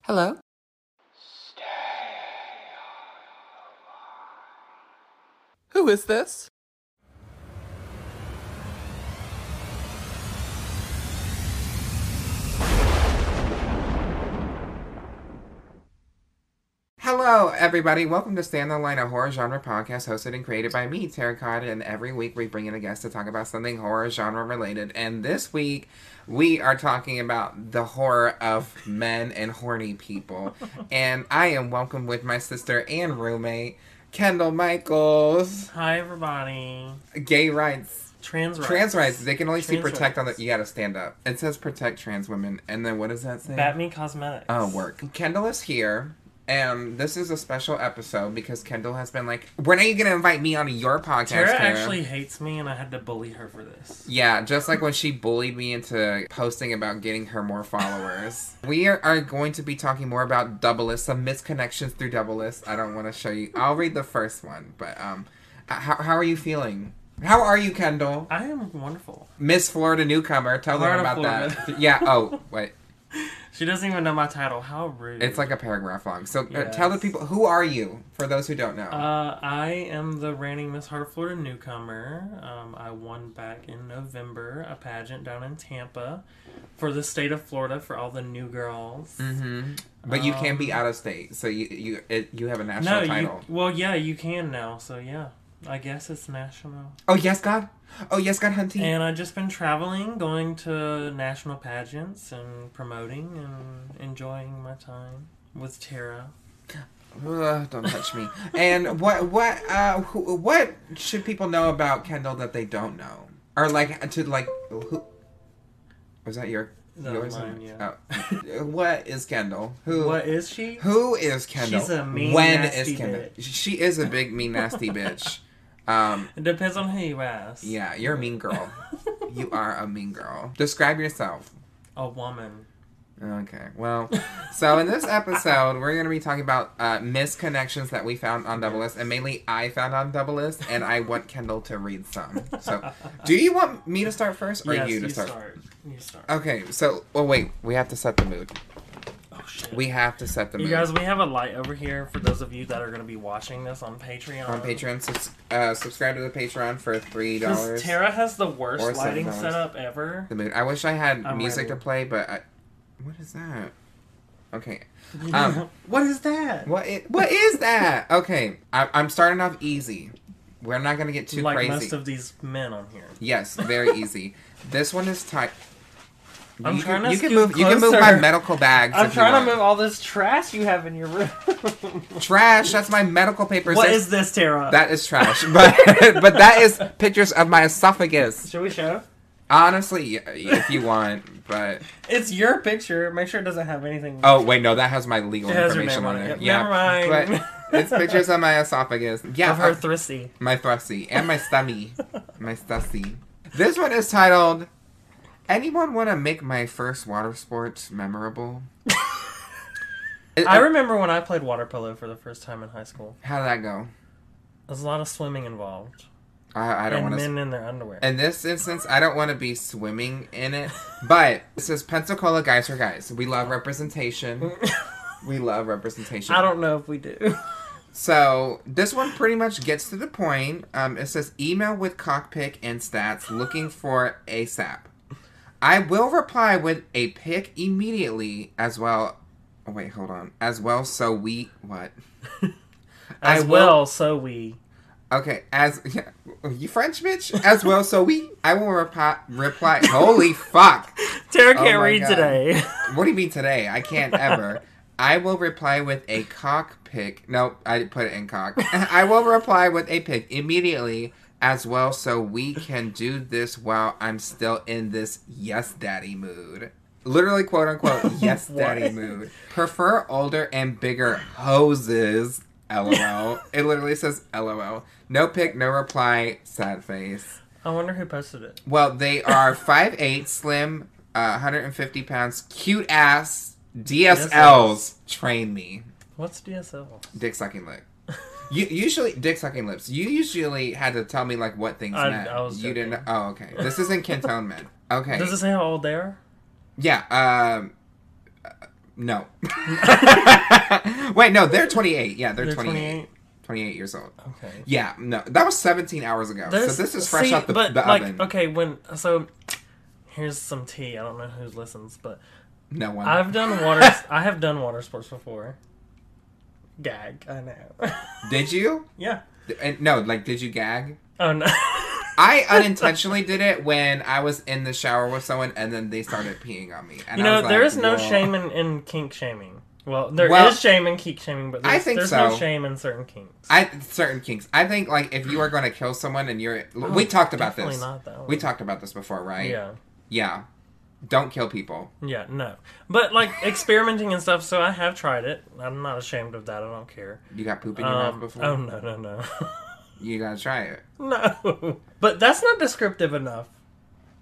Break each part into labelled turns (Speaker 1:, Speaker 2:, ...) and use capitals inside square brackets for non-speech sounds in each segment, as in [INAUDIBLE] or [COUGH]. Speaker 1: Hello? Who is this? Hello, everybody. Welcome to Stand the Line, a horror genre podcast hosted and created by me, Tara Cotta. And every week we bring in a guest to talk about something horror genre related. And this week we are talking about the horror [LAUGHS] of men and horny people. and I am welcome with my sister and roommate, Kendall Michaels.
Speaker 2: Hi, everybody.
Speaker 1: Gay rights.
Speaker 2: Trans rights.
Speaker 1: Trans rights. They can only see
Speaker 2: Trans
Speaker 1: protect on the.
Speaker 2: rights.
Speaker 1: You gotta stand up. It says protect trans women. And then what does that say?
Speaker 2: Batman Cosmetics.
Speaker 1: Oh, work. Kendall is here, and this is a special episode because Kendall has been like, "When are you gonna invite me on your podcast?"
Speaker 2: Tara actually hates me, and I had to bully her for this.
Speaker 1: Yeah, just like when she bullied me into posting about getting her more
Speaker 2: [LAUGHS]
Speaker 1: followers. we are, are going to be talking more about double lists, some misconnections through double lists. I don't want to show you. I'll read the first one, but um, uh, how, how are you feeling? How are you, Kendall?
Speaker 2: I am wonderful.
Speaker 1: Miss Florida newcomer. Tell
Speaker 2: Florida,
Speaker 1: them about that.
Speaker 2: Florida.
Speaker 1: [LAUGHS] yeah.
Speaker 2: [LAUGHS]
Speaker 1: Oh, wait.
Speaker 2: She doesn't even know my title. How rude.
Speaker 1: It's like a paragraph long. So uh, tell the
Speaker 2: Yes.
Speaker 1: people who are you for those who don't know.
Speaker 2: Uh, I am the reigning Miss Heart of Florida newcomer. Um, I won back in November a pageant down in Tampa for the state of Florida for all the new girls.
Speaker 1: hmm But you can be
Speaker 2: Um,
Speaker 1: out of state, so you you it, you have a national
Speaker 2: No, you,
Speaker 1: title.
Speaker 2: well, yeah, you can now. So yeah, I guess it's national.
Speaker 1: Oh yes, God. Oh yes, God, hunting.
Speaker 2: And I've just been traveling, going to national pageants and promoting and enjoying my time with Tara.
Speaker 1: Ugh, don't touch me. and what what uh who, what should people know about Kendall that they don't know, or like to like who was that your
Speaker 2: That
Speaker 1: yours?
Speaker 2: was mine, yeah.
Speaker 1: Oh. [LAUGHS] what is Kendall? Who
Speaker 2: What is she?
Speaker 1: Who is Kendall?
Speaker 2: She's a mean, nasty bitch.
Speaker 1: She is a big mean nasty bitch. Um,
Speaker 2: It depends on who you ask.
Speaker 1: yeah, you're a mean girl. you are a mean girl. Describe yourself.
Speaker 2: [LAUGHS] A woman.
Speaker 1: Okay. Well, so in this episode, we're going to be talking about uh, misconnections that we found on Double List, and mainly I found on Double List, and I want Kendall to read some. So, do you want me to start first, or
Speaker 2: yes,
Speaker 1: you
Speaker 2: you,
Speaker 1: to
Speaker 2: start.
Speaker 1: start? Uh,
Speaker 2: You start.
Speaker 1: Okay. So, well, wait. We have to set the mood.
Speaker 2: oh shit.
Speaker 1: We have to set the
Speaker 2: you
Speaker 1: mood.
Speaker 2: guys, we have a light over here for those of you that are going to be watching this on Patreon.
Speaker 1: on Patreon, subs- uh, subscribe to the Patreon for three
Speaker 2: Because
Speaker 1: dollars.
Speaker 2: Tara has the
Speaker 1: Or
Speaker 2: worst
Speaker 1: seven
Speaker 2: lighting
Speaker 1: dollars.
Speaker 2: setup ever.
Speaker 1: The mood. I wish I had
Speaker 2: I'm
Speaker 1: music
Speaker 2: ready.
Speaker 1: to play, but I... what is that? Okay. Um,
Speaker 2: [LAUGHS] what is that?
Speaker 1: What is, what is that? Okay, I, I'm starting off easy. We're not gonna get too
Speaker 2: like
Speaker 1: crazy.
Speaker 2: most of these men on here.
Speaker 1: yes, very easy. this one is tight.
Speaker 2: I'm
Speaker 1: you
Speaker 2: trying
Speaker 1: can,
Speaker 2: to
Speaker 1: you can
Speaker 2: scoot
Speaker 1: move. You can move my
Speaker 2: closer.
Speaker 1: medical bags.
Speaker 2: I'm
Speaker 1: if
Speaker 2: trying to
Speaker 1: you
Speaker 2: move
Speaker 1: want.
Speaker 2: all this trash you have in
Speaker 1: [LAUGHS]
Speaker 2: your room.
Speaker 1: Trash. That's my medical papers.
Speaker 2: What
Speaker 1: That's-
Speaker 2: is this, Tara?
Speaker 1: that? Is trash, [LAUGHS] but but that is pictures of my esophagus.
Speaker 2: Should we show?
Speaker 1: Honestly, if you want, but
Speaker 2: It's your picture. Make sure it doesn't have anything.
Speaker 1: oh wait, no, that has my legal
Speaker 2: It has your
Speaker 1: information
Speaker 2: name
Speaker 1: on
Speaker 2: on it.
Speaker 1: there.
Speaker 2: Yep, never mind.
Speaker 1: But
Speaker 2: [LAUGHS]
Speaker 1: it's pictures of my esophagus. Yeah,
Speaker 2: of her
Speaker 1: uh,
Speaker 2: thrissy.
Speaker 1: My thrusty and my stummy. my stussy. This one is titled Anyone want to make my first water sports memorable? It-
Speaker 2: [LAUGHS] I remember when I played water polo for the first time in high school.
Speaker 1: How would that go?
Speaker 2: There's a lot of swimming involved,
Speaker 1: I, I don't
Speaker 2: and
Speaker 1: want to.
Speaker 2: men in their underwear.
Speaker 1: In this instance, I don't want to be swimming in it, but this is Pensacola guys for guys. We love representation. We love representation.
Speaker 2: [LAUGHS] I don't know if we do.
Speaker 1: So this one pretty much gets to the point. Um, it says email with cockpick and stats looking for ASAP. I will reply with a pick immediately as well. Oh, wait, hold on. As well, so we what? I
Speaker 2: [LAUGHS] As
Speaker 1: will-
Speaker 2: well, so we.
Speaker 1: Okay, as [LAUGHS] yeah, you French bitch. As well, so we. I will reply. Reply. Holy fuck!
Speaker 2: Tara
Speaker 1: Oh
Speaker 2: can't
Speaker 1: my
Speaker 2: read
Speaker 1: God.
Speaker 2: today. [LAUGHS]
Speaker 1: What do you mean today? I can't ever. I will reply with a cock pick. No, I put it in cock. [LAUGHS] I will reply with a pick immediately as well so we can do this while I'm still in this yes daddy mood. Literally quote unquote yes daddy
Speaker 2: What?
Speaker 1: mood. Prefer older and bigger hoses. LOL. it literally says LOL. No pick, no reply, sad face.
Speaker 2: I wonder who posted it.
Speaker 1: Well, they are 5'8", slim, uh, 150 pounds, cute ass, DSLs. Train me.
Speaker 2: What's DSL?
Speaker 1: Dick sucking lip. You usually dick sucking lips. You usually had to tell me like what things
Speaker 2: I-
Speaker 1: meant.
Speaker 2: I was
Speaker 1: you
Speaker 2: joking.
Speaker 1: didn't. Oh, okay. This isn't cantonment. Okay.
Speaker 2: Does it say how old they are?
Speaker 1: yeah. Um.
Speaker 2: [LAUGHS]
Speaker 1: No. Wait, no, they're 28. Yeah, they're,
Speaker 2: They're
Speaker 1: 28. 28.
Speaker 2: 28?
Speaker 1: years old.
Speaker 2: Okay.
Speaker 1: Yeah, no, that was 17 hours ago. so this is fresh
Speaker 2: see,
Speaker 1: off the,
Speaker 2: but
Speaker 1: the
Speaker 2: like,
Speaker 1: oven.
Speaker 2: Okay, when so here's some tea. I don't know who listens, but
Speaker 1: No one.
Speaker 2: I've done
Speaker 1: [LAUGHS]
Speaker 2: water. I have done water sports before. Gag. I know. [LAUGHS]
Speaker 1: Did you?
Speaker 2: yeah.
Speaker 1: And no, like, did you gag?
Speaker 2: Oh no. [LAUGHS]
Speaker 1: I unintentionally did it when I was in the shower with someone, and then they started peeing on me. And
Speaker 2: you
Speaker 1: I
Speaker 2: know
Speaker 1: was
Speaker 2: there
Speaker 1: like,
Speaker 2: is no
Speaker 1: "Whoa."
Speaker 2: shame in, in kink shaming. Well, there is
Speaker 1: Well,
Speaker 2: shame in kink shaming, but
Speaker 1: I
Speaker 2: there's,
Speaker 1: think
Speaker 2: there's
Speaker 1: so.
Speaker 2: no shame in certain kinks.
Speaker 1: I certain kinks. I think like if you are going to kill someone and you're, we talked about
Speaker 2: Oh, Definitely
Speaker 1: this.
Speaker 2: not that one.
Speaker 1: We talked about this before, right?
Speaker 2: Yeah.
Speaker 1: Yeah. Don't kill people.
Speaker 2: Yeah, no. But like experimenting and stuff, so I have tried it. I'm not ashamed of that. I don't care.
Speaker 1: You got poop in your mouth
Speaker 2: Um,
Speaker 1: before.
Speaker 2: oh no, no, no. [LAUGHS]
Speaker 1: You gotta try it.
Speaker 2: no. [LAUGHS] But that's not descriptive enough.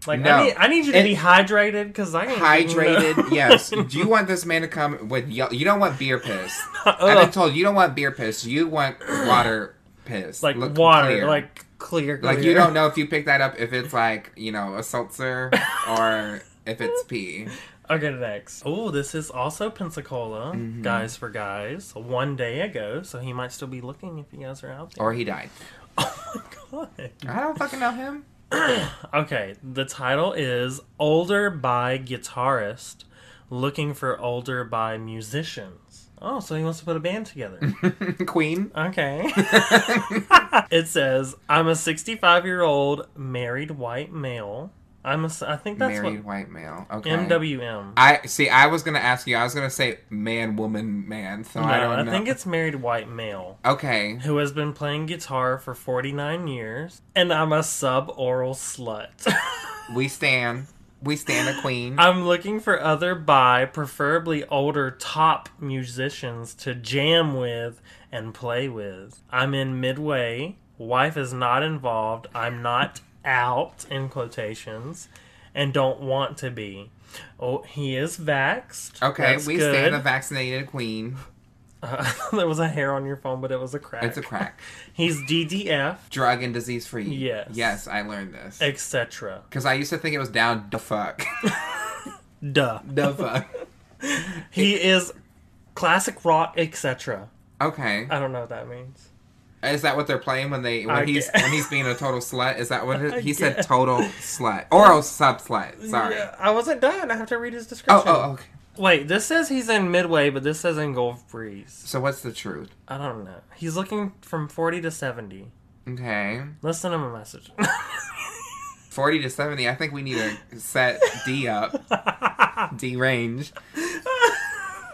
Speaker 2: Like
Speaker 1: No.
Speaker 2: I need I need you to
Speaker 1: It-
Speaker 2: be hydrated cuz I ain't
Speaker 1: Hydrated,
Speaker 2: [LAUGHS] no.
Speaker 1: yes. Do you want this man to come with? Ye- you don't want beer piss. I've been
Speaker 2: Ugh.
Speaker 1: told you don't want beer piss. You want water piss.
Speaker 2: like
Speaker 1: Look
Speaker 2: water,
Speaker 1: clear.
Speaker 2: like clear, clear.
Speaker 1: like you don't know if you pick that up if it's like you know a seltzer or if it's pee.
Speaker 2: [LAUGHS] Okay, next. Oh, this is also Pensacola,
Speaker 1: Mm-hmm.
Speaker 2: guys for guys. One day ago, so he might still be looking if you guys are
Speaker 1: [LAUGHS]
Speaker 2: out there.
Speaker 1: Or he died.
Speaker 2: Oh my god.
Speaker 1: I don't fucking know
Speaker 2: [LAUGHS]
Speaker 1: him.
Speaker 2: Okay, the title is Older by Guitarist Looking for Older by Musicians. Oh, so he wants to put a
Speaker 1: [LAUGHS]
Speaker 2: band together.
Speaker 1: Queen.
Speaker 2: Okay.
Speaker 1: [LAUGHS]
Speaker 2: it says, I'm a 65 year old married white male. I'm a, s- I think that's
Speaker 1: Married white male. Okay.
Speaker 2: what MWM.
Speaker 1: I see. I was gonna ask you. I was gonna say man, woman, man. So
Speaker 2: No,
Speaker 1: I don't know.
Speaker 2: think it's married white male
Speaker 1: okay.
Speaker 2: who has been playing guitar for 49 years, and I'm a suboral slut. [LAUGHS]
Speaker 1: We stand. We stand a queen.
Speaker 2: I'm looking for other bi, preferably older top musicians to jam with and play with. I'm in midway. Wife is not involved. I'm not out in quotations and don't want to be. Oh, he is vaxxed.
Speaker 1: Okay,
Speaker 2: That's
Speaker 1: we
Speaker 2: good.
Speaker 1: stand a vaccinated queen.
Speaker 2: Uh, [LAUGHS] there was a hair on your phone, but it was a crack.
Speaker 1: It's a
Speaker 2: [LAUGHS]
Speaker 1: crack.
Speaker 2: He's DDF,
Speaker 1: Drug and disease free.
Speaker 2: Yes.
Speaker 1: Yes, I learned this.
Speaker 2: etc.
Speaker 1: Because I used to think it was down the
Speaker 2: [LAUGHS]
Speaker 1: fuck.
Speaker 2: Duh.
Speaker 1: the fuck.
Speaker 2: He is classic rock, etc.
Speaker 1: [LAUGHS] Okay.
Speaker 2: I don't know what that means.
Speaker 1: Is that what they're playing when they when
Speaker 2: I
Speaker 1: he's
Speaker 2: guess.
Speaker 1: when he's being a total slut? Is that what
Speaker 2: [LAUGHS] I
Speaker 1: it, he said?
Speaker 2: guess.
Speaker 1: Total slut. Oral sub slut. Sorry.
Speaker 2: Yeah, I wasn't done. I have to read his
Speaker 1: Oh,
Speaker 2: description.
Speaker 1: oh, okay.
Speaker 2: Wait, this says he's in Midway, but this says in Gulf Breeze.
Speaker 1: So what's the truth?
Speaker 2: I don't know. He's looking from 40 to 70.
Speaker 1: Okay.
Speaker 2: Let's send him a message. [LAUGHS]
Speaker 1: 40 to 70. I think we need to set D up, D range.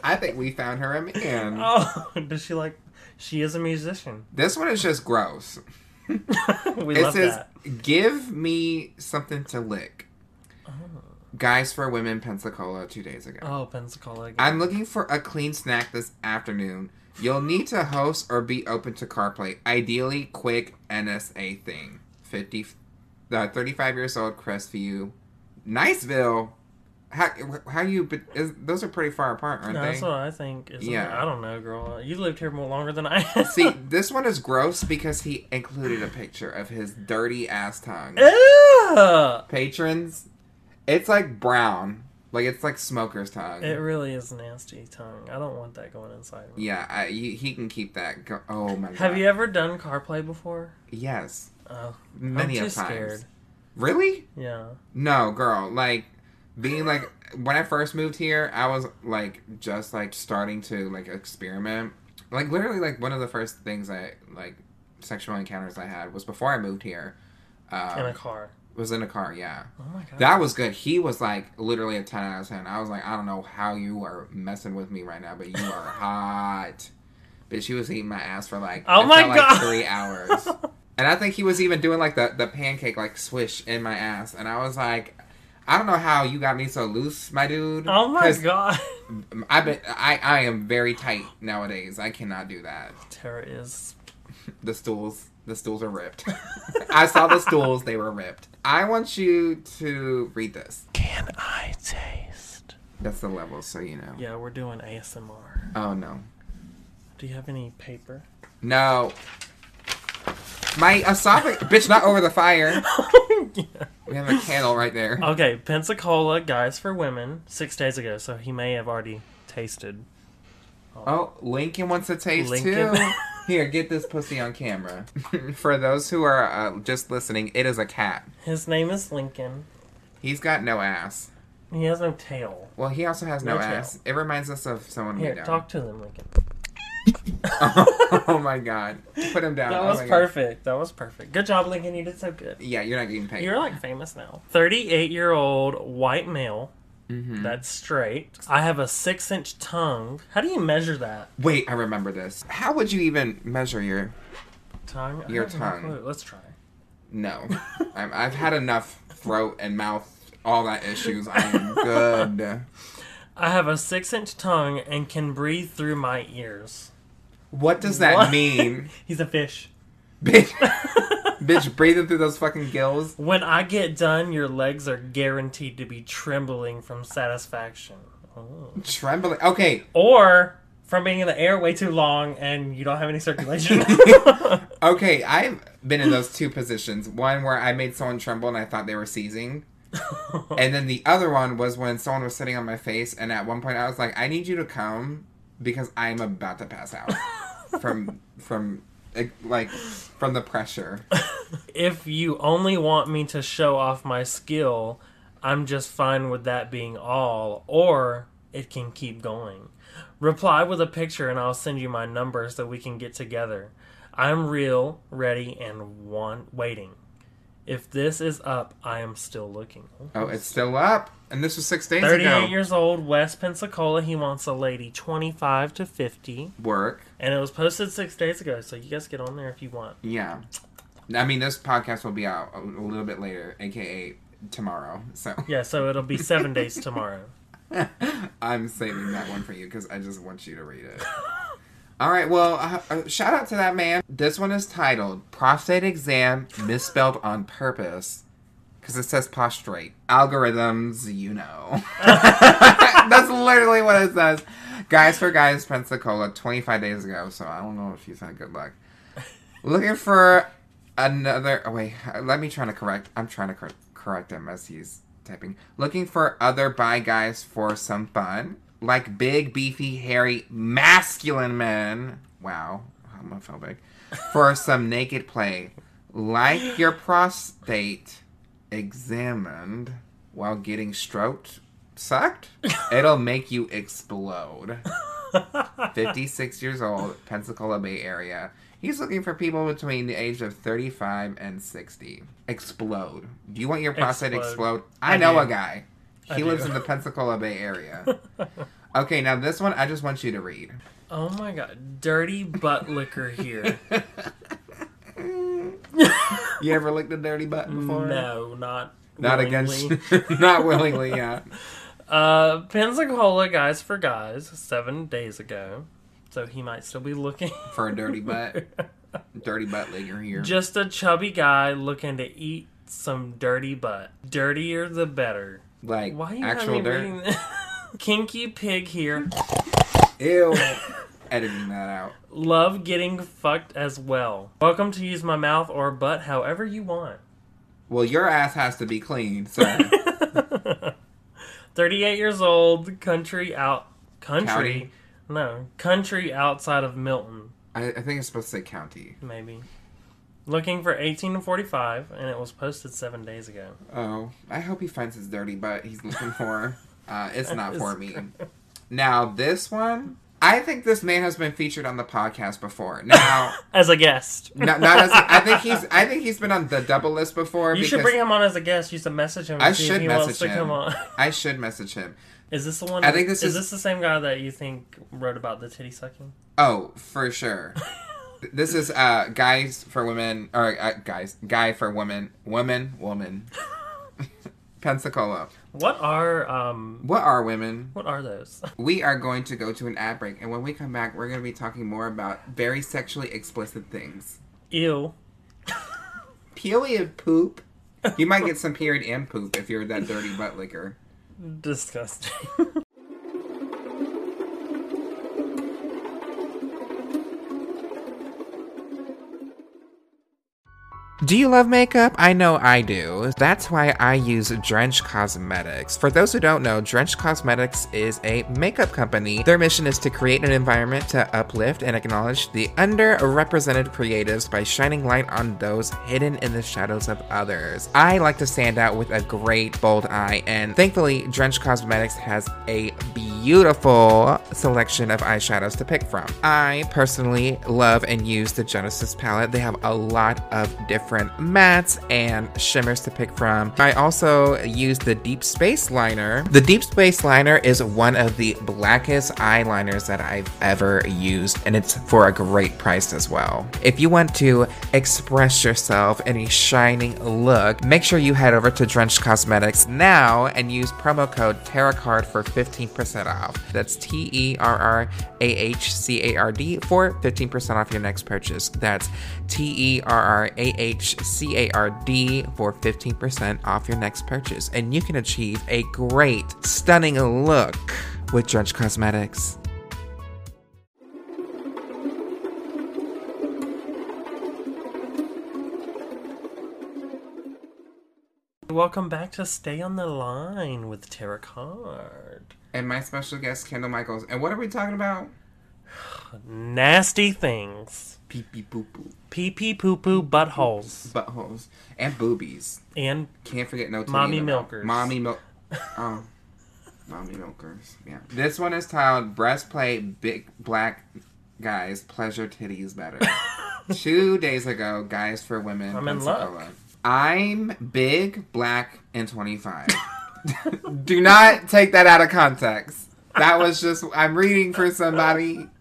Speaker 1: I think we found her a man.
Speaker 2: oh, does she like. She is a musician. [LAUGHS]
Speaker 1: This one is just gross.
Speaker 2: we
Speaker 1: It
Speaker 2: love
Speaker 1: says,
Speaker 2: that.
Speaker 1: "Give me something to lick." Guys for Women Pensacola two days ago.
Speaker 2: Oh, Pensacola again.
Speaker 1: I'm looking for a clean snack this afternoon. You'll need to host or be open to CarPlay. Ideally, quick NSA thing. 50, uh, 35 years old, Crestview, Niceville. How how you? But is, those are pretty far apart, aren't
Speaker 2: no,
Speaker 1: they?
Speaker 2: that's what I think. Isn't yeah.
Speaker 1: Yeah.
Speaker 2: I don't know, girl. You lived here more longer than I have.
Speaker 1: See, this one is gross because he included a picture of his dirty ass tongue.
Speaker 2: [LAUGHS] Ew!
Speaker 1: patrons, it's like brown. Like it's like smoker's tongue.
Speaker 2: It really is nasty tongue. I don't want that going inside me.
Speaker 1: yeah, I, he, he can keep that. Go- oh my god.
Speaker 2: Have you ever done CarPlay before?
Speaker 1: Yes,
Speaker 2: Oh,
Speaker 1: many
Speaker 2: I'm
Speaker 1: a
Speaker 2: too
Speaker 1: times.
Speaker 2: scared.
Speaker 1: Really?
Speaker 2: Yeah.
Speaker 1: No, girl. Like being like when I first moved here, I was like just like starting to like experiment. Like literally, like one of the first things I like sexual encounters I had was before I moved here.
Speaker 2: in a
Speaker 1: Um,
Speaker 2: car.
Speaker 1: was in a car. Yeah.
Speaker 2: Oh my god.
Speaker 1: That was good. He was like literally a 10 out of 10. I was like, I don't know how you are messing with me right now, but you
Speaker 2: [LAUGHS]
Speaker 1: are hot. Bitch, he was eating my ass for like,
Speaker 2: Oh
Speaker 1: it
Speaker 2: my
Speaker 1: felt
Speaker 2: God.
Speaker 1: like three hours. and I think he was even doing like the, the pancake like swish in my ass. And I was like, I don't know how you got me so loose, my dude.
Speaker 2: [LAUGHS] Oh my
Speaker 1: 'Cause
Speaker 2: god.
Speaker 1: I've been, I, I am very tight nowadays. I cannot do that.
Speaker 2: Tara
Speaker 1: [LAUGHS]
Speaker 2: is.
Speaker 1: The stools, the stools are ripped. [LAUGHS] I saw the stools, they were ripped. I want you to read this.
Speaker 2: Can I taste?
Speaker 1: That's the level, so you know.
Speaker 2: Yeah, we're doing ASMR.
Speaker 1: Oh no.
Speaker 2: Do you have any [LAUGHS] paper?
Speaker 1: No. My esophagus. bitch, not over the fire. We have
Speaker 2: Oh.
Speaker 1: a candle right there.
Speaker 2: Okay, Pensacola, guys for women, six days ago, so he may have already tasted.
Speaker 1: Oh, Lincoln wants a taste [LAUGHS]
Speaker 2: Lincoln. [LAUGHS]
Speaker 1: too. Here, get this pussy on camera. [LAUGHS] For those who are uh, just listening, it is a cat.
Speaker 2: His name is Lincoln.
Speaker 1: He's got no ass.
Speaker 2: He has no tail.
Speaker 1: Well, he also has no,
Speaker 2: No tail.
Speaker 1: ass. It reminds us of someone
Speaker 2: Here,
Speaker 1: we know.
Speaker 2: talk to them, Lincoln.
Speaker 1: [LAUGHS]
Speaker 2: [LAUGHS]
Speaker 1: oh, my god. Put him down.
Speaker 2: That
Speaker 1: Oh
Speaker 2: was
Speaker 1: my God.
Speaker 2: perfect. That was perfect. Good job, Lincoln. You did so good.
Speaker 1: Yeah, you're not getting paid.
Speaker 2: You're like famous now. 38 year old white male.
Speaker 1: Mhm.
Speaker 2: That's straight. I have a six inch tongue. How do you measure that?
Speaker 1: Wait, I remember this. How would you even measure your.
Speaker 2: Tongue? I
Speaker 1: Your
Speaker 2: have no
Speaker 1: tongue.
Speaker 2: clue. Let's try. [LAUGHS]
Speaker 1: No. I'm, I've had enough throat and mouth, all that issues. I am good.
Speaker 2: I have a six inch tongue and can breathe through my ears.
Speaker 1: What does that
Speaker 2: What?
Speaker 1: mean?
Speaker 2: [LAUGHS] He's a fish.
Speaker 1: Bitch, bitch, breathing through those fucking gills.
Speaker 2: When I get done, your legs are guaranteed to be trembling from satisfaction. Oh.
Speaker 1: Trembling. Okay,
Speaker 2: Or from being in the air way too long and you don't have any
Speaker 1: [LAUGHS]
Speaker 2: circulation. [LAUGHS]
Speaker 1: Okay, I've been in those two positions. One where I made someone tremble and I thought they were seizing. And then the other one was when someone was sitting on my face and at one point I was like, I need you to come because I'm about to pass out from from like from the pressure.
Speaker 2: if you only want me to show off my skill, I'm just fine with that being all, or it can keep going. Reply with a picture and I'll send you my number so we can get together. I'm real, ready, and want waiting. If this is up, I am still looking.
Speaker 1: Oh, it's still up. And this was six days
Speaker 2: 38
Speaker 1: ago.
Speaker 2: years old, West Pensacola. He wants a lady 25 to 50.
Speaker 1: Work.
Speaker 2: And it was posted six days ago, so you guys get on there if you want.
Speaker 1: Yeah. I mean this podcast will be out a, a little bit later, aka tomorrow. So
Speaker 2: Yeah, so it'll be seven days tomorrow. [LAUGHS]
Speaker 1: I'm saving that one for you because I just want you to read it. All right, well, uh, uh, shout out to that man. This one is titled Prostate Exam Misspelled on Purpose because it says prostrate. Algorithms, you know. [LAUGHS] That's literally what it says. Guys for Guys, Pensacola, 25 days ago, so I don't know if you said good luck. Looking for another. Oh, wait, let me try to correct. I'm trying to cor- correct him as he's typing. Looking for other bi guys for some fun. Like big, beefy, hairy, masculine men. Wow, homophobic. For some naked play. Like your prostate examined while getting stroked, sucked, it'll make you explode. 56 years old, Pensacola Bay Area. He's looking for people between the age of 35 and 60. Explode. Do you want your prostate
Speaker 2: Explode.
Speaker 1: explode? I,
Speaker 2: I
Speaker 1: know
Speaker 2: do.
Speaker 1: a guy.
Speaker 2: I
Speaker 1: He lives
Speaker 2: do.
Speaker 1: in the Pensacola Bay Area. okay, now this one I just want you to
Speaker 2: [LAUGHS]
Speaker 1: read.
Speaker 2: Oh my god, dirty butt
Speaker 1: [LAUGHS]
Speaker 2: liquor here.
Speaker 1: You ever licked a dirty butt before?
Speaker 2: no, not
Speaker 1: Not
Speaker 2: willingly.
Speaker 1: against, [LAUGHS] not willingly, yeah.
Speaker 2: Uh, Pensacola guys for guys seven days ago, so he might still
Speaker 1: [LAUGHS]
Speaker 2: be looking.
Speaker 1: For a dirty butt. Dirty butt licker here.
Speaker 2: Just a chubby guy looking to eat some dirty butt. Dirtier the better.
Speaker 1: like
Speaker 2: Why you have
Speaker 1: actual
Speaker 2: me
Speaker 1: dirt.
Speaker 2: reading this? [LAUGHS] Kinky pig here.
Speaker 1: Ew. Editing that out.
Speaker 2: Love getting fucked as well. Welcome to use my mouth or butt however you want.
Speaker 1: Well, your ass has to be clean, so
Speaker 2: [LAUGHS] 38 years old, country out country.
Speaker 1: County?
Speaker 2: No, country outside of Milton,
Speaker 1: I, I think it's supposed to say county.
Speaker 2: maybe. Looking for 18 to 45 and it was posted 7 days ago.
Speaker 1: Oh, I hope he finds his dirty butt he's looking for.
Speaker 2: [LAUGHS]
Speaker 1: Uh, it's not for
Speaker 2: It's-
Speaker 1: me. Now, this one, I think this man has been featured on the podcast before. Now,
Speaker 2: As a guest.
Speaker 1: not, not as I think
Speaker 2: [LAUGHS]
Speaker 1: he's I think he's been on the double list before.
Speaker 2: You should bring him on as a guest. You should message him and
Speaker 1: I
Speaker 2: see if
Speaker 1: should
Speaker 2: he wants
Speaker 1: message
Speaker 2: to
Speaker 1: him.
Speaker 2: come on. [LAUGHS]
Speaker 1: I should message him.
Speaker 2: Is this the one?
Speaker 1: I think this is-
Speaker 2: is this the same guy that you think wrote about the titty sucking?
Speaker 1: Oh, for
Speaker 2: [LAUGHS]
Speaker 1: sure. this is uh guys for women or uh, guys guy for women women woman.
Speaker 2: [LAUGHS]
Speaker 1: Pensacola.
Speaker 2: What are um
Speaker 1: What are women?
Speaker 2: what are those? [LAUGHS]
Speaker 1: We are going to go to an ad break, and when we come back, we're going to be talking more about very sexually explicit things.
Speaker 2: Ew.
Speaker 1: Period poop. You might get some period and poop if you're that dirty butt licker.
Speaker 2: Disgusting. [LAUGHS]
Speaker 1: Do you love makeup? I know I do. That's why I use Drench Cosmetics. For those who don't know, Drench Cosmetics is a makeup company. Their mission is to create an environment to uplift and acknowledge the underrepresented creatives by shining light on those hidden in the shadows of others. I like to stand out with a great bold eye, and thankfully, Drench Cosmetics has a beautiful selection of eyeshadows to pick from. I personally love and use the Genesis palette. They have a lot of different different mattes and shimmers to pick from. I also use the Deep Space Liner. The Deep Space Liner is one of the blackest eyeliners that I've ever used, and it's for a great price as well. If you want to express yourself in a shining look, make sure you head over to Drench Cosmetics now and use promo code TerraCard for 15% off. That's T E R R A H C A R D for 15% off your next purchase. That's T E R R A H HCARD for 15% off your next purchase, and you can achieve a great, stunning look with Drench Cosmetics.
Speaker 2: Welcome back to Stay on the Line with Tara Card.
Speaker 1: And my special guest, Kendall Michaels. And what are we talking about?
Speaker 2: Nasty things.
Speaker 1: Pee pee poo poo.
Speaker 2: Pee pee poo poo buttholes.
Speaker 1: Buttholes. And boobies.
Speaker 2: And
Speaker 1: Can't forget no titty
Speaker 2: Mommy
Speaker 1: in the mouth.
Speaker 2: milkers.
Speaker 1: Mommy
Speaker 2: [LAUGHS]
Speaker 1: milk. Oh. Mommy milkers. Yeah. This one is titled Breastplate Big Black Guys Pleasure Titties
Speaker 2: [LAUGHS]
Speaker 1: Better. Two days ago, Guys for Women.
Speaker 2: I'm in
Speaker 1: Pensacola.
Speaker 2: luck.
Speaker 1: I'm big, black, and
Speaker 2: [LAUGHS]
Speaker 1: 25. [LAUGHS] Do not take that out of context. That was just, I'm reading for
Speaker 2: [LAUGHS]
Speaker 1: somebody. [LAUGHS]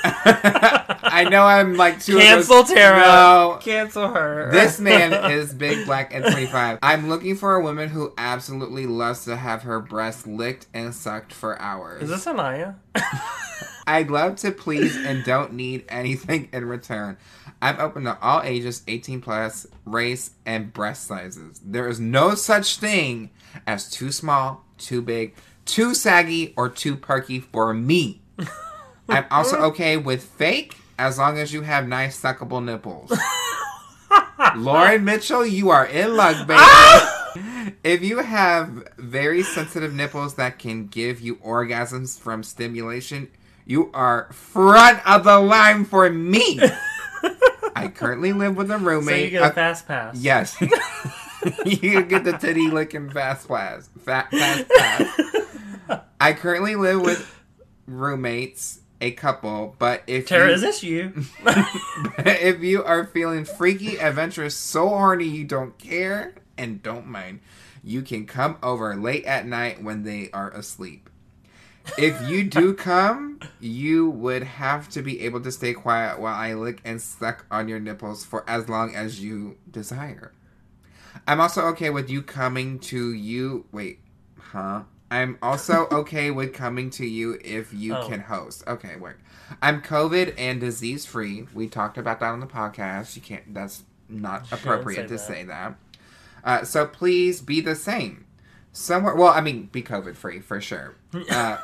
Speaker 1: [LAUGHS] I know I'm like two of those-
Speaker 2: cancel Tara.
Speaker 1: No,
Speaker 2: Cancel her. [LAUGHS]
Speaker 1: this man is big, black, and 25. I'm looking for a woman who absolutely loves to have her breasts licked and sucked for hours.
Speaker 2: Is this Anaya?
Speaker 1: I'd love to please and don't need anything in return. I'm open to all ages, 18 plus, race, and breast sizes. There is no such thing as too small, too big, too saggy, or too perky for me. I'm also
Speaker 2: Uh-huh.
Speaker 1: okay with fake as long as you have nice suckable
Speaker 2: [LAUGHS]
Speaker 1: nipples. Lauren Mitchell, you are in luck,
Speaker 2: Ah!
Speaker 1: baby. if you have very sensitive nipples that can give you orgasms from stimulation, you are front of the line for me. I currently live with a
Speaker 2: [LAUGHS] so you
Speaker 1: roommate.
Speaker 2: get a
Speaker 1: a-
Speaker 2: fast pass.
Speaker 1: yes. [LAUGHS] you get the titty licking fast pass. Fat fast pass. I currently live with roommates, a couple, but if
Speaker 2: [LAUGHS] Tara,
Speaker 1: you- [LAUGHS]
Speaker 2: is this you? [LAUGHS]
Speaker 1: if you are feeling freaky, adventurous, so horny you don't care and don't mind, you can come over late at night when they are asleep. If you do come, you would have to be able to stay quiet while I lick and suck on your nipples for as long as you desire. I'm also okay with you coming to you. Wait, huh? I'm also okay with coming to you if you
Speaker 2: Oh.
Speaker 1: can host. Okay, work. I'm COVID and disease free. We talked about that on the podcast. You can't. That's not appropriate to
Speaker 2: that.
Speaker 1: say that. Uh, so please be the same. Somewhere. Well, I mean, be COVID free for
Speaker 2: [LAUGHS]
Speaker 1: sure. Uh,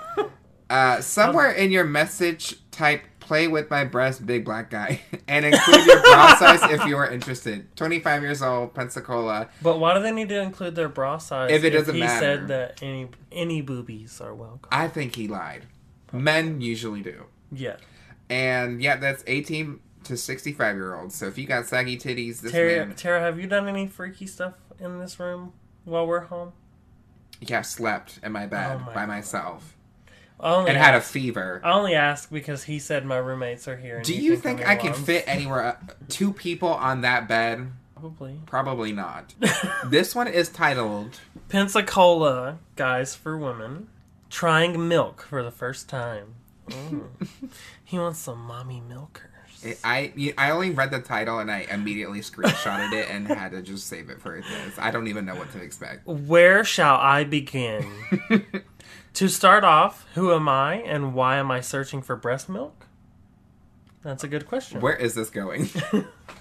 Speaker 1: uh, somewhere in your message, type "play with my breast, big black guy," [LAUGHS] and include your bra size if you are interested. Twenty-five years old, Pensacola.
Speaker 2: But why do they need to include their bra size?
Speaker 1: If it doesn't
Speaker 2: he
Speaker 1: matter.
Speaker 2: said that any any boobies are welcome.
Speaker 1: I think he lied. Men usually do.
Speaker 2: yeah,
Speaker 1: And yeah, that's 18 to 65 year olds. So if you got saggy titties, this
Speaker 2: Tara,
Speaker 1: man,
Speaker 2: Tara, have you done any freaky stuff in this room while we're home?
Speaker 1: yeah, slept in my bed
Speaker 2: Oh my
Speaker 1: by
Speaker 2: God.
Speaker 1: myself
Speaker 2: I only
Speaker 1: and had a fever.
Speaker 2: I only ask because he said my roommates are here. And
Speaker 1: Do
Speaker 2: he
Speaker 1: you
Speaker 2: can come
Speaker 1: think
Speaker 2: in
Speaker 1: I can
Speaker 2: alone.
Speaker 1: fit anywhere? uh, Two people on that bed?
Speaker 2: Probably.
Speaker 1: Probably not.
Speaker 2: [LAUGHS]
Speaker 1: this one is titled
Speaker 2: Pensacola guys for women trying milk for the first time.
Speaker 1: [LAUGHS]
Speaker 2: Mm. he wants some mommy milkers.
Speaker 1: I I only read the title and I immediately screenshotted it and had to just save it for this. I don't even know what to expect.
Speaker 2: Where shall
Speaker 1: [LAUGHS]
Speaker 2: I begin? to start off, who am I and why am I searching for breast milk? That's a good question.
Speaker 1: Where is this going?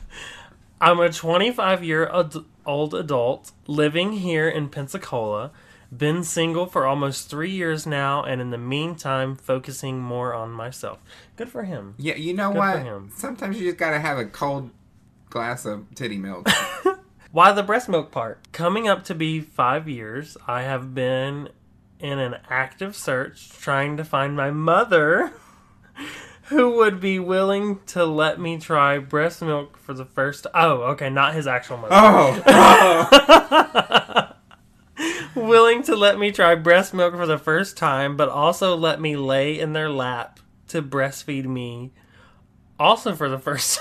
Speaker 1: [LAUGHS]
Speaker 2: I'm a 25 year ad- old adult living here in Pensacola. Been single for almost three years now, and in the meantime, focusing more on myself. Good for him.
Speaker 1: Yeah, you know
Speaker 2: Good for
Speaker 1: what?
Speaker 2: him.
Speaker 1: Sometimes you just gotta have a cold glass of titty
Speaker 2: [LAUGHS]
Speaker 1: milk.
Speaker 2: Why the breast milk part? Coming up to be five years, I have been in an active search trying to find my mother [LAUGHS] who would be willing to let me try breast milk for the first oh okay not his actual mother
Speaker 1: oh, oh.
Speaker 2: willing to let me try breast milk for the first time, but also let me lay in their lap to breastfeed me, also for the first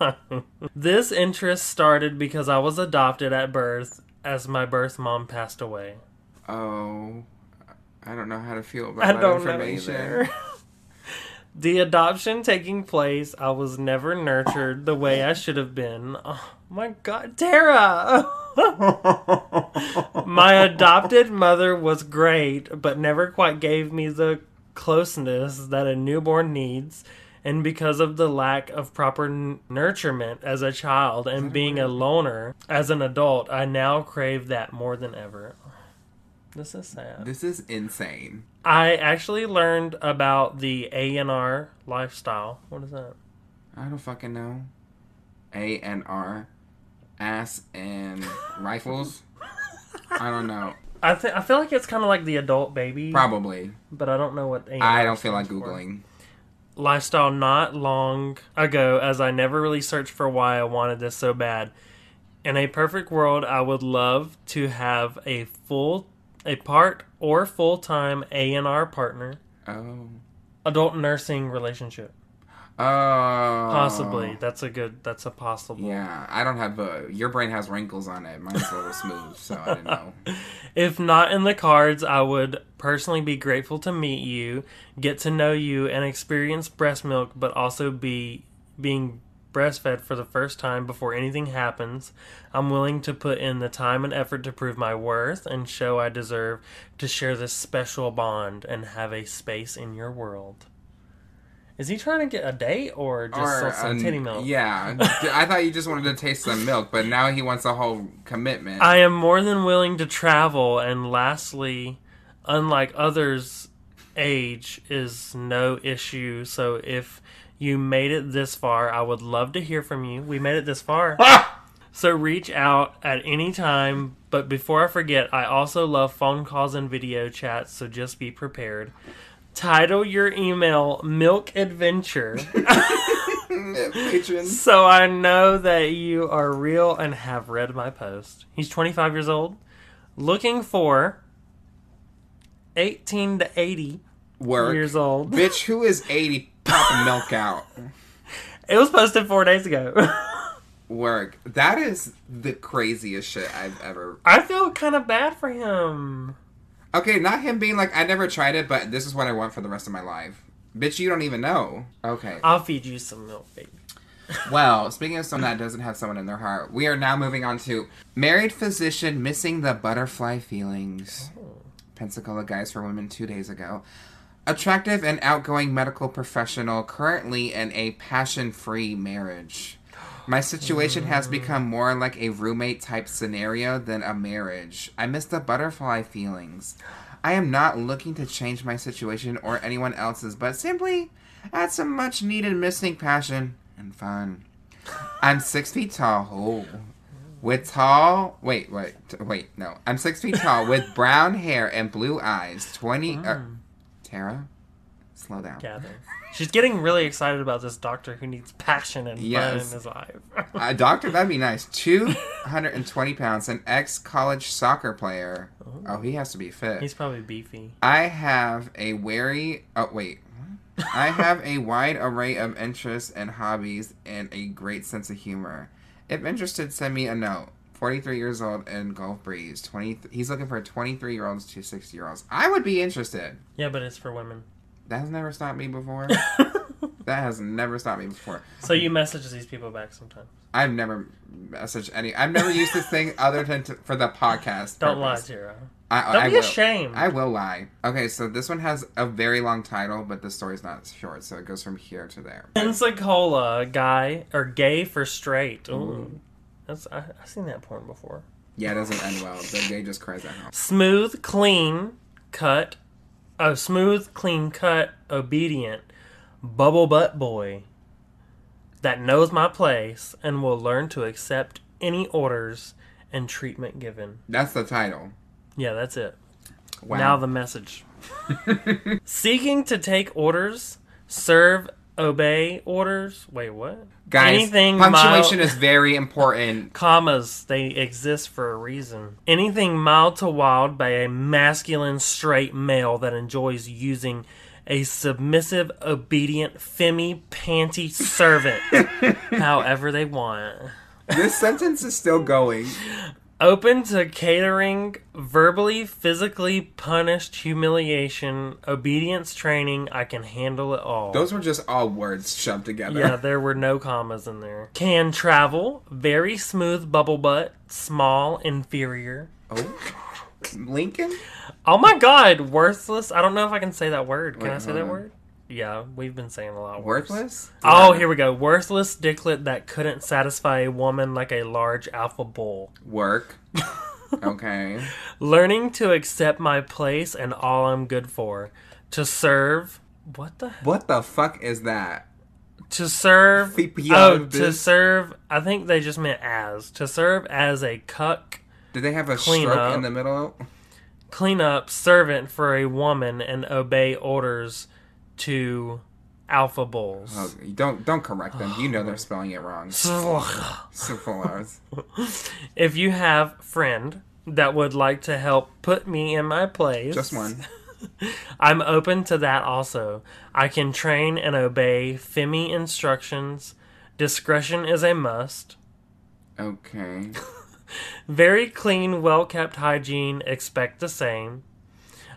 Speaker 2: time. this interest started because I was adopted at birth as my birth mom passed away.
Speaker 1: [LAUGHS] oh. I don't know how to feel about
Speaker 2: I
Speaker 1: that
Speaker 2: don't know
Speaker 1: information.
Speaker 2: either. the adoption taking place, I was never nurtured the way I should have been. Oh my god, Tara! [LAUGHS] my adopted mother was great, but never quite gave me the closeness that a newborn needs. And because of the lack of proper n- nurturement as a child and being a loner as an adult, I now crave that more than ever. This is
Speaker 1: [LAUGHS]
Speaker 2: sad.
Speaker 1: This is insane.
Speaker 2: I actually learned about the A&R lifestyle. What is that?
Speaker 1: I don't fucking know. A and R, ass and rifles. I don't know.
Speaker 2: I think I feel like it's kind of like the adult baby,
Speaker 1: Probably.
Speaker 2: but I don't know what A&R
Speaker 1: I don't feel like
Speaker 2: stands for.
Speaker 1: googling.
Speaker 2: Lifestyle not long ago as I never really searched for why I wanted this so bad. In a perfect world, I would love to have a full a part or full-time A&R partner,
Speaker 1: Oh.
Speaker 2: adult nursing relationship.
Speaker 1: Oh.
Speaker 2: Possibly. That's a good that's a possible.
Speaker 1: Yeah, I don't have a. Your brain has wrinkles on it. Mine's a little smooth, so I didn't
Speaker 2: [LAUGHS]
Speaker 1: know.
Speaker 2: If not in the cards, I would personally be grateful to meet you, get to know you, and experience breast milk, but also be being breastfed for the first time before anything happens. I'm willing to put in the time and effort to prove my worth and show I deserve to share this special bond and have a space in your world. Is he trying to get a date or just
Speaker 1: Or
Speaker 2: some
Speaker 1: an-
Speaker 2: titty milk? [LAUGHS]
Speaker 1: Yeah, I thought you just wanted to taste some milk, but now he wants a whole commitment.
Speaker 2: I am more than willing to travel, and lastly, unlike others, age is no issue. So if you made it this far, I would love to hear from you. We made it this far. So reach out at any time. But before I forget, I also love phone calls and video chats, so just be prepared. Title your email Milk Adventure
Speaker 1: [LAUGHS] Patron.
Speaker 2: so I know that you are real and have read my post. He's 25 years old, looking for 18 to 80
Speaker 1: Work.
Speaker 2: years old.
Speaker 1: Bitch, who is 80 popping milk out?
Speaker 2: It was posted four days ago. [LAUGHS]
Speaker 1: Work. That is the craziest shit I've ever.
Speaker 2: I feel kind of bad for him.
Speaker 1: Okay, not him being like, I never tried it, but this is what I want for the rest of my life. Bitch, you don't even know. Okay.
Speaker 2: I'll feed you some milk, baby.
Speaker 1: [LAUGHS] Well, speaking of someone that doesn't have someone in their heart, we are now moving on to married physician missing the butterfly feelings. Pensacola Guys for Women two days ago. Attractive and outgoing medical professional, currently in a passion free marriage. My situation has become more like a roommate type scenario than a marriage. I miss the butterfly feelings. I am not looking to change my situation or anyone else's, but simply add some much needed missing passion and fun. I'm six feet tall. Oh. With tall, wait, wait, t- wait, no. I'm six feet tall with brown hair and blue eyes. 20. Uh, Tara, slow down.
Speaker 2: Gather. She's getting really excited about this doctor who needs passion and
Speaker 1: Yes.
Speaker 2: fun in his life. [LAUGHS]
Speaker 1: A doctor, that'd be nice. 220 pounds, an ex college soccer player. Oh, he has to be fit.
Speaker 2: He's probably beefy.
Speaker 1: I have a wary. Oh wait, I have a wide array of interests and hobbies and a great sense of humor. If interested, send me a note. Forty-three years old and Gulf Breeze. Twenty. He's looking for twenty-three-year-olds to sixty-year-olds. I would be interested.
Speaker 2: [LAUGHS] Yeah, but it's for women. [LAUGHS]
Speaker 1: That's never stopped me before. that has never stopped me before.
Speaker 2: so you message these people back sometimes.
Speaker 1: I've never messaged any. I've never used this thing other than to, for the podcast.
Speaker 2: Don't lie,
Speaker 1: purpose.
Speaker 2: Tara.
Speaker 1: I,
Speaker 2: Don't
Speaker 1: I
Speaker 2: be
Speaker 1: will.
Speaker 2: ashamed.
Speaker 1: I will lie. Okay, so this one has a very long title, but the story's not short, so it goes from here to there.
Speaker 2: Pensacola guy or gay for straight.
Speaker 1: Mm.
Speaker 2: Ooh. That's I, I've seen that porn before.
Speaker 1: Yeah, it doesn't end well. The gay just cries at home.
Speaker 2: Smooth, clean cut. Oh, smooth, clean cut, obedient, bubble butt boy. that knows my place and will learn to accept any orders and treatment given.
Speaker 1: That's the title.
Speaker 2: Yeah, that's it.
Speaker 1: Wow.
Speaker 2: Now
Speaker 1: [LAUGHS]
Speaker 2: the message. Seeking to take orders, serve, obey orders. Wait, what?
Speaker 1: Guys,
Speaker 2: anything
Speaker 1: punctuation
Speaker 2: mild-
Speaker 1: is very important.
Speaker 2: Commas, they exist for a reason. Anything mild to wild by a masculine straight male that enjoys using a submissive, obedient, femi panty servant however they want.
Speaker 1: this sentence is still going.
Speaker 2: Open to catering, verbally, physically punished humiliation, obedience training, I can handle it all.
Speaker 1: Those were just all words shoved together.
Speaker 2: [LAUGHS] yeah, there were no commas in there. Can travel, very smooth bubble butt, small, inferior.
Speaker 1: Oh. Lincoln?
Speaker 2: Oh my god, worthless. I don't know if I can say that word. Can
Speaker 1: Wait,
Speaker 2: I say
Speaker 1: hold
Speaker 2: that
Speaker 1: on.
Speaker 2: word? Yeah, we've been saying a lot of words.
Speaker 1: Worthless?
Speaker 2: Oh, here we go. Worthless dicklet that couldn't satisfy a woman like a large alpha bull.
Speaker 1: Work. okay.
Speaker 2: Learning to accept my place and all I'm good for. To serve. What the? Heck?
Speaker 1: What the fuck is that?
Speaker 2: To serve.
Speaker 1: Flippy out
Speaker 2: Oh,
Speaker 1: of
Speaker 2: to
Speaker 1: this.
Speaker 2: serve. I think they just meant as. To serve as a cuck,
Speaker 1: Did they have a
Speaker 2: Clean
Speaker 1: stroke
Speaker 2: up.
Speaker 1: in the middle?
Speaker 2: cleanup, servant for a woman and obey orders to alpha bulls.
Speaker 1: Oh, don't don't correct them. You know
Speaker 2: [SIGHS]
Speaker 1: they're spelling it wrong. Syphilis.
Speaker 2: If you have friend that would like to help put me in my place,
Speaker 1: Just one.
Speaker 2: I'm open to that also. I can train and obey Femi instructions. Discretion is a must.
Speaker 1: Okay.
Speaker 2: Very clean, well kept hygiene, expect the same.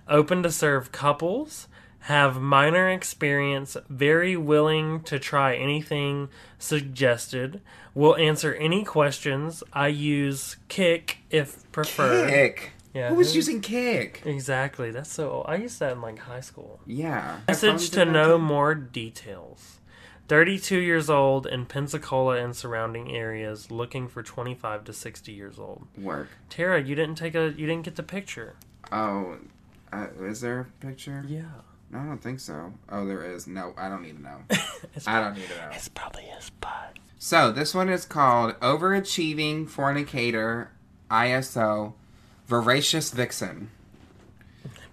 Speaker 2: Open to serve couples. Have minor experience, very willing to try anything suggested. Will answer any questions. I use kick if preferred.
Speaker 1: Kick.
Speaker 2: Yeah.
Speaker 1: Who was using kick?
Speaker 2: Exactly. That's so old. I used that in like high school.
Speaker 1: Yeah.
Speaker 2: Message to know more details. 32 years old in Pensacola and surrounding areas, looking for 25 to 60 years old.
Speaker 1: Work.
Speaker 2: Tara, you didn't take a you didn't get the picture.
Speaker 1: Oh, uh, is there a picture?
Speaker 2: Yeah.
Speaker 1: No, I don't think so. Oh, there is. No, I don't need to know.
Speaker 2: [LAUGHS] It's,
Speaker 1: I don't need to know.
Speaker 2: it's probably his butt.
Speaker 1: So this one is called Overachieving Fornicator ISO Voracious Vixen.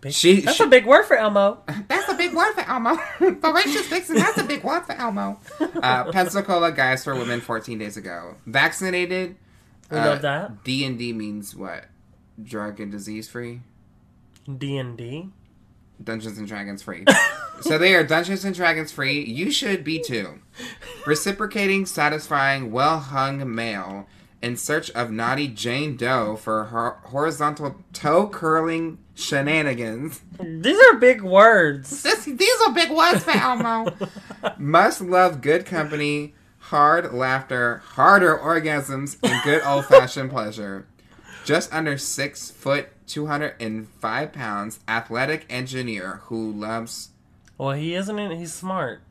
Speaker 2: Big- [LAUGHS]
Speaker 1: She-
Speaker 2: That's
Speaker 1: she-
Speaker 2: a big word for Elmo.
Speaker 1: That's a big word for Elmo. [LAUGHS] Voracious Vixen, that's a big word for
Speaker 2: [LAUGHS]
Speaker 1: Elmo. Uh, Pensacola Guys for Women 14 days ago. Vaccinated.
Speaker 2: We
Speaker 1: Uh,
Speaker 2: love that.
Speaker 1: D&D means what? Drug and disease free?
Speaker 2: D and D.
Speaker 1: Dungeons and Dragons free. so they are Dungeons and Dragons free. You should be too. Reciprocating, satisfying, well hung male in search of naughty Jane Doe for her horizontal toe curling shenanigans.
Speaker 2: These are big words.
Speaker 1: This, these are big words for Elmo. [LAUGHS] Must love good company, hard laughter, harder orgasms, and good old fashioned pleasure. Just under six foot, 205 pounds, athletic engineer who loves
Speaker 2: Well, he isn't. In, he's smart.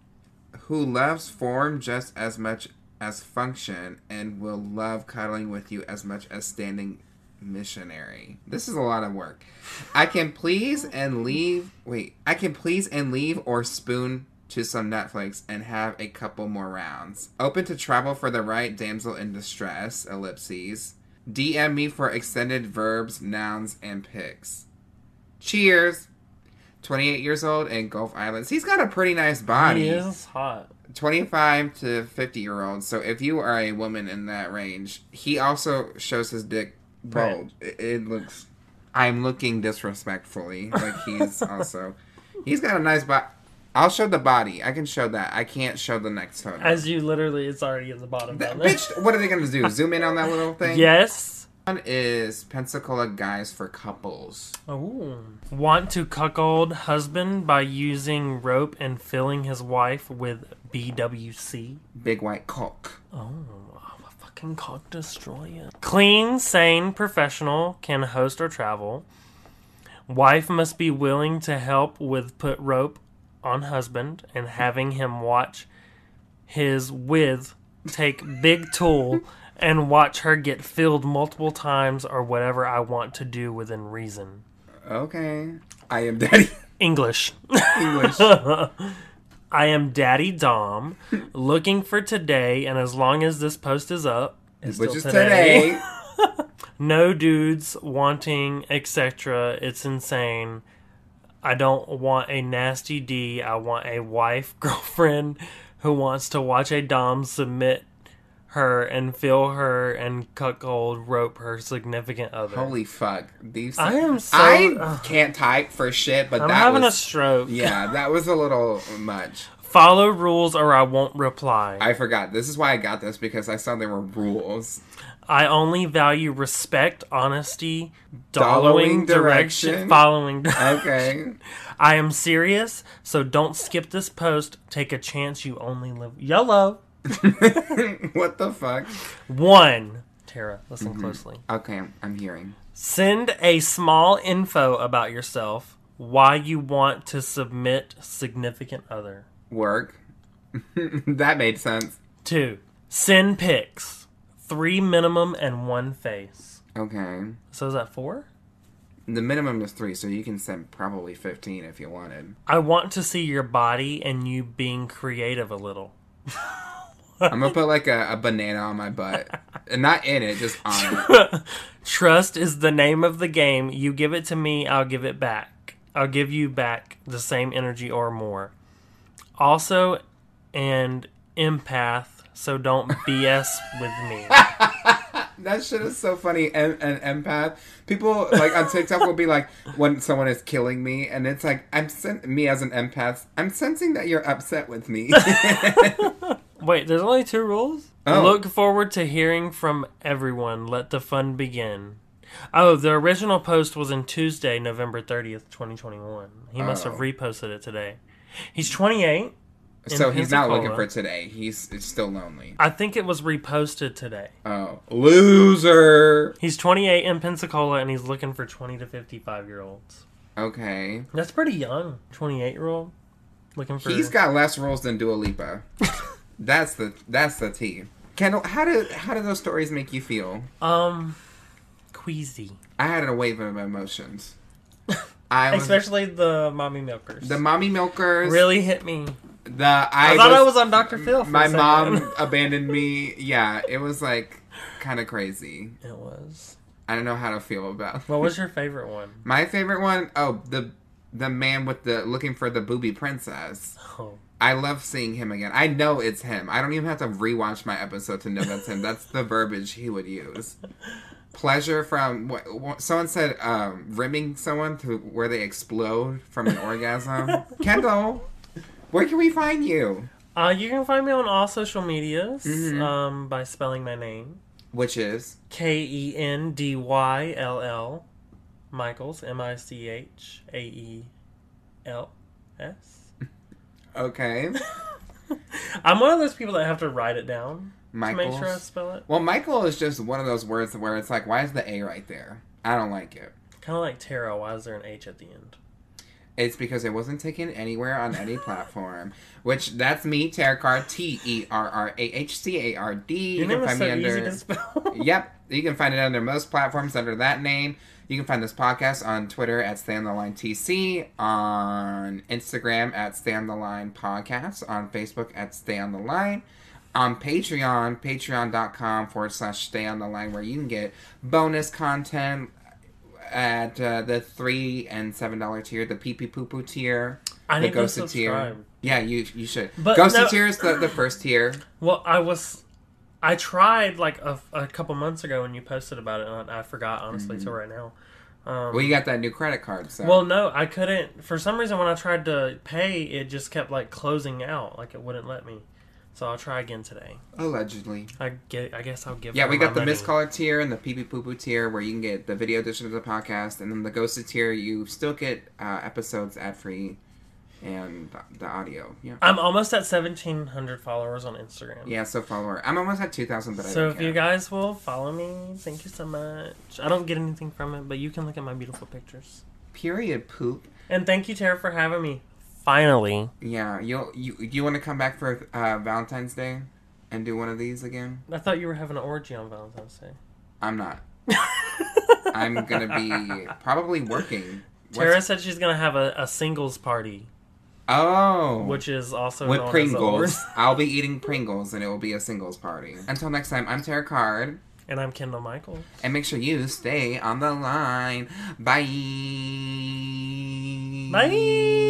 Speaker 1: who loves form just as much as function and will love cuddling with you as much as standing missionary. This is a lot of work. I can please and leave. Wait, I can please and leave or spoon to some Netflix and have a couple more rounds. Open to travel for the right damsel in distress. Ellipses. DM me for extended verbs, nouns, and pics. Cheers. 28 years old in Gulf Islands. He's got a pretty nice body.
Speaker 2: He is hot.
Speaker 1: 25 to 50 year olds. So if you are a woman in that range, he also shows his dick
Speaker 2: Right.
Speaker 1: bold. It, it looks. I'm looking disrespectfully. Like
Speaker 2: [LAUGHS]
Speaker 1: he's also. He's got a nice body. I'll show the body. I can show that. I can't show the next photo.
Speaker 2: As you literally, it's already at the bottom.
Speaker 1: That-
Speaker 2: down there.
Speaker 1: bitch, what are they gonna do? Zoom in on that little
Speaker 2: [LAUGHS]
Speaker 1: thing?
Speaker 2: Yes.
Speaker 1: One is Pensacola guys for couples.
Speaker 2: Ooh. Want to cuckold husband by using rope and filling his wife with BWC.
Speaker 1: Big white cock.
Speaker 2: Oh, I'm a fucking cock destroyer. Clean, sane, professional, can host or travel. Wife must be willing to help with put rope on husband and having him watch his with take big tool and watch her get filled multiple times or whatever I want to do within reason.
Speaker 1: Okay. I am daddy [LAUGHS]
Speaker 2: English. [LAUGHS]
Speaker 1: English.
Speaker 2: I I am Daddy Dom, looking for today, and as long as this post is up, it's
Speaker 1: which
Speaker 2: still
Speaker 1: is today.
Speaker 2: no dudes wanting etc it's insane i don't want a nasty d i want a wife [LAUGHS] girlfriend who wants to watch a dom submit her and feel her and cuckold rope her significant other
Speaker 1: Holy fuck! These
Speaker 2: i am so
Speaker 1: I
Speaker 2: ugh,
Speaker 1: can't type for shit, but
Speaker 2: i'm
Speaker 1: that
Speaker 2: having a
Speaker 1: was
Speaker 2: stroke
Speaker 1: [LAUGHS] yeah, that was a little much.
Speaker 2: follow rules or i won't reply
Speaker 1: I forgot. This is why I got this because I saw there were rules.
Speaker 2: I only value respect, honesty, following
Speaker 1: Following
Speaker 2: direction,
Speaker 1: direction?
Speaker 2: following.
Speaker 1: Okay,
Speaker 2: [LAUGHS]
Speaker 1: [LAUGHS]
Speaker 2: I am serious, so don't skip this post. Take a chance. You only live. Yellow
Speaker 1: what the fuck?
Speaker 2: one. Tara, listen closely.
Speaker 1: Okay, I'm hearing.
Speaker 2: Send a small info about yourself, why you want to submit significant other.
Speaker 1: Work. [LAUGHS] that made sense.
Speaker 2: Two. Send pics. Three minimum and one face.
Speaker 1: Okay.
Speaker 2: So is that four?
Speaker 1: The minimum is three, so you can send probably 15 if you wanted.
Speaker 2: I want to see your body and you being creative a little.
Speaker 1: I'm gonna put like a, a banana on my butt.
Speaker 2: [LAUGHS]
Speaker 1: And not in it, just on it.
Speaker 2: Trust is the name of the game. You give it to me, I'll give it back. I'll give you back the same energy or more. Also, and empath, so don't BS
Speaker 1: [LAUGHS]
Speaker 2: with me.
Speaker 1: That shit is so funny. An, an empath. People like on TikTok will be like, when someone is killing me, and it's like, I'm sen- me as an empath, I'm sensing that you're upset with
Speaker 2: [LAUGHS]
Speaker 1: me. [LAUGHS]
Speaker 2: Wait, there's only two rules?
Speaker 1: Oh.
Speaker 2: Look forward to hearing from everyone. Let the fun begin. Oh, the original post was in Tuesday, November 30th, 2021. He must
Speaker 1: Oh.
Speaker 2: have reposted it today. He's 28.
Speaker 1: so he's not looking
Speaker 2: Pensacola.
Speaker 1: for today. He's, he's still lonely.
Speaker 2: I think it was reposted today.
Speaker 1: Oh, loser.
Speaker 2: He's 28 in Pensacola and he's looking for 20 to 55 year olds.
Speaker 1: Okay.
Speaker 2: That's pretty young. 28 year old looking for.
Speaker 1: He's got less rules than Dua Lipa. that's the that's the tea. Kendall, how do how do those stories make you feel?
Speaker 2: [LAUGHS] um queasy,
Speaker 1: I had a wave of emotions. I was
Speaker 2: especially the mommy milkers.
Speaker 1: the mommy milkers.
Speaker 2: really hit me.
Speaker 1: The I,
Speaker 2: I, thought I was on Dr. Phil. For
Speaker 1: my
Speaker 2: a second.
Speaker 1: mom
Speaker 2: [LAUGHS]
Speaker 1: abandoned me. Yeah, it was like kind of crazy.
Speaker 2: it was.
Speaker 1: I don't know how to feel about.
Speaker 2: What was your favorite one?
Speaker 1: My favorite one, oh, the the man with the looking for the booby princess.
Speaker 2: Oh,
Speaker 1: I love seeing him again. I know it's him. I don't even have to rewatch my episode to know that's him. That's the verbiage he would use. Pleasure from what, what someone said, um, rimming someone to where they explode from an
Speaker 2: [LAUGHS]
Speaker 1: orgasm. Kendall, where can we find you?
Speaker 2: uh, you can find me on all social medias
Speaker 1: Mhm.
Speaker 2: um, by spelling my name
Speaker 1: Which is
Speaker 2: K E N D Y L L Michaels M I C H A E L S. [LAUGHS]
Speaker 1: okay,
Speaker 2: I'm one of those people that have to write it down to
Speaker 1: Michael.
Speaker 2: make sure I spell it.
Speaker 1: Well, Michael is just one of those words where it's like, why is the A right there? I don't like it.
Speaker 2: Kind of like tarot. Why is there an H at the end?
Speaker 1: It's because it wasn't taken anywhere on
Speaker 2: [LAUGHS]
Speaker 1: any platform. Which that's me, Tarot card T E R R A H C A R D.
Speaker 2: Your
Speaker 1: You
Speaker 2: name
Speaker 1: can
Speaker 2: is
Speaker 1: find
Speaker 2: so
Speaker 1: me
Speaker 2: easy to
Speaker 1: under. [LAUGHS]
Speaker 2: spell.
Speaker 1: Yep, you can find it under most platforms under that name. You can find this podcast on Twitter at Stand the Line TC, on Instagram at Stand the Line Podcast, on Facebook at Stand the Line, on Patreon, patreon.com forward slash Stay on the Line, where you can get bonus content at uh, the three and seven dollar tier, the pee pee poo poo tier,
Speaker 2: I
Speaker 1: the
Speaker 2: need to
Speaker 1: ghosted tier.
Speaker 2: subscribe.
Speaker 1: Yeah, you you should.
Speaker 2: But
Speaker 1: ghosted
Speaker 2: no-
Speaker 1: tier is the, the first tier.
Speaker 2: Well, I was, I tried like a, a couple months ago when you posted about it, and I forgot honestly till right now. Um,
Speaker 1: Well, Mm-hmm. you got that new credit card, so
Speaker 2: well, no, I couldn't. For some reason, when I tried to pay, it just kept like closing out, like it wouldn't let me. So I'll try again today.
Speaker 1: allegedly.
Speaker 2: I get. I guess I'll give.
Speaker 1: Yeah,
Speaker 2: her
Speaker 1: we
Speaker 2: my
Speaker 1: got the
Speaker 2: money.
Speaker 1: missed caller tier and the pee pee poo poo tier, where you can get the video edition of the podcast, and then the ghosted tier, you still get uh, episodes ad free, and the- the audio. Yeah,
Speaker 2: I'm almost at 1,700 followers on Instagram.
Speaker 1: yeah. So follower, I'm almost at two thousand, but I
Speaker 2: So
Speaker 1: don't
Speaker 2: if you
Speaker 1: care.
Speaker 2: guys will follow me, thank you so much. I don't get anything from it, but you can look at my beautiful pictures.
Speaker 1: period poop.
Speaker 2: And thank you, Tara, for having me. Finally,
Speaker 1: Yeah, you'll you you want to come back for uh, Valentine's Day and do one of these again?
Speaker 2: I thought you were having an orgy on Valentine's Day.
Speaker 1: I'm not. [LAUGHS] I'm
Speaker 2: [LAUGHS]
Speaker 1: gonna be probably working. What's-
Speaker 2: Tara said she's gonna have a, a singles party
Speaker 1: Oh.
Speaker 2: which is also
Speaker 1: with
Speaker 2: known
Speaker 1: Pringles.
Speaker 2: As a-
Speaker 1: I'll be eating Pringles and it will be a singles party. Until next time, I'm Tara Card.
Speaker 2: [LAUGHS] and I'm Kendall Michael.
Speaker 1: And make sure you stay on the line. Bye.
Speaker 2: Bye.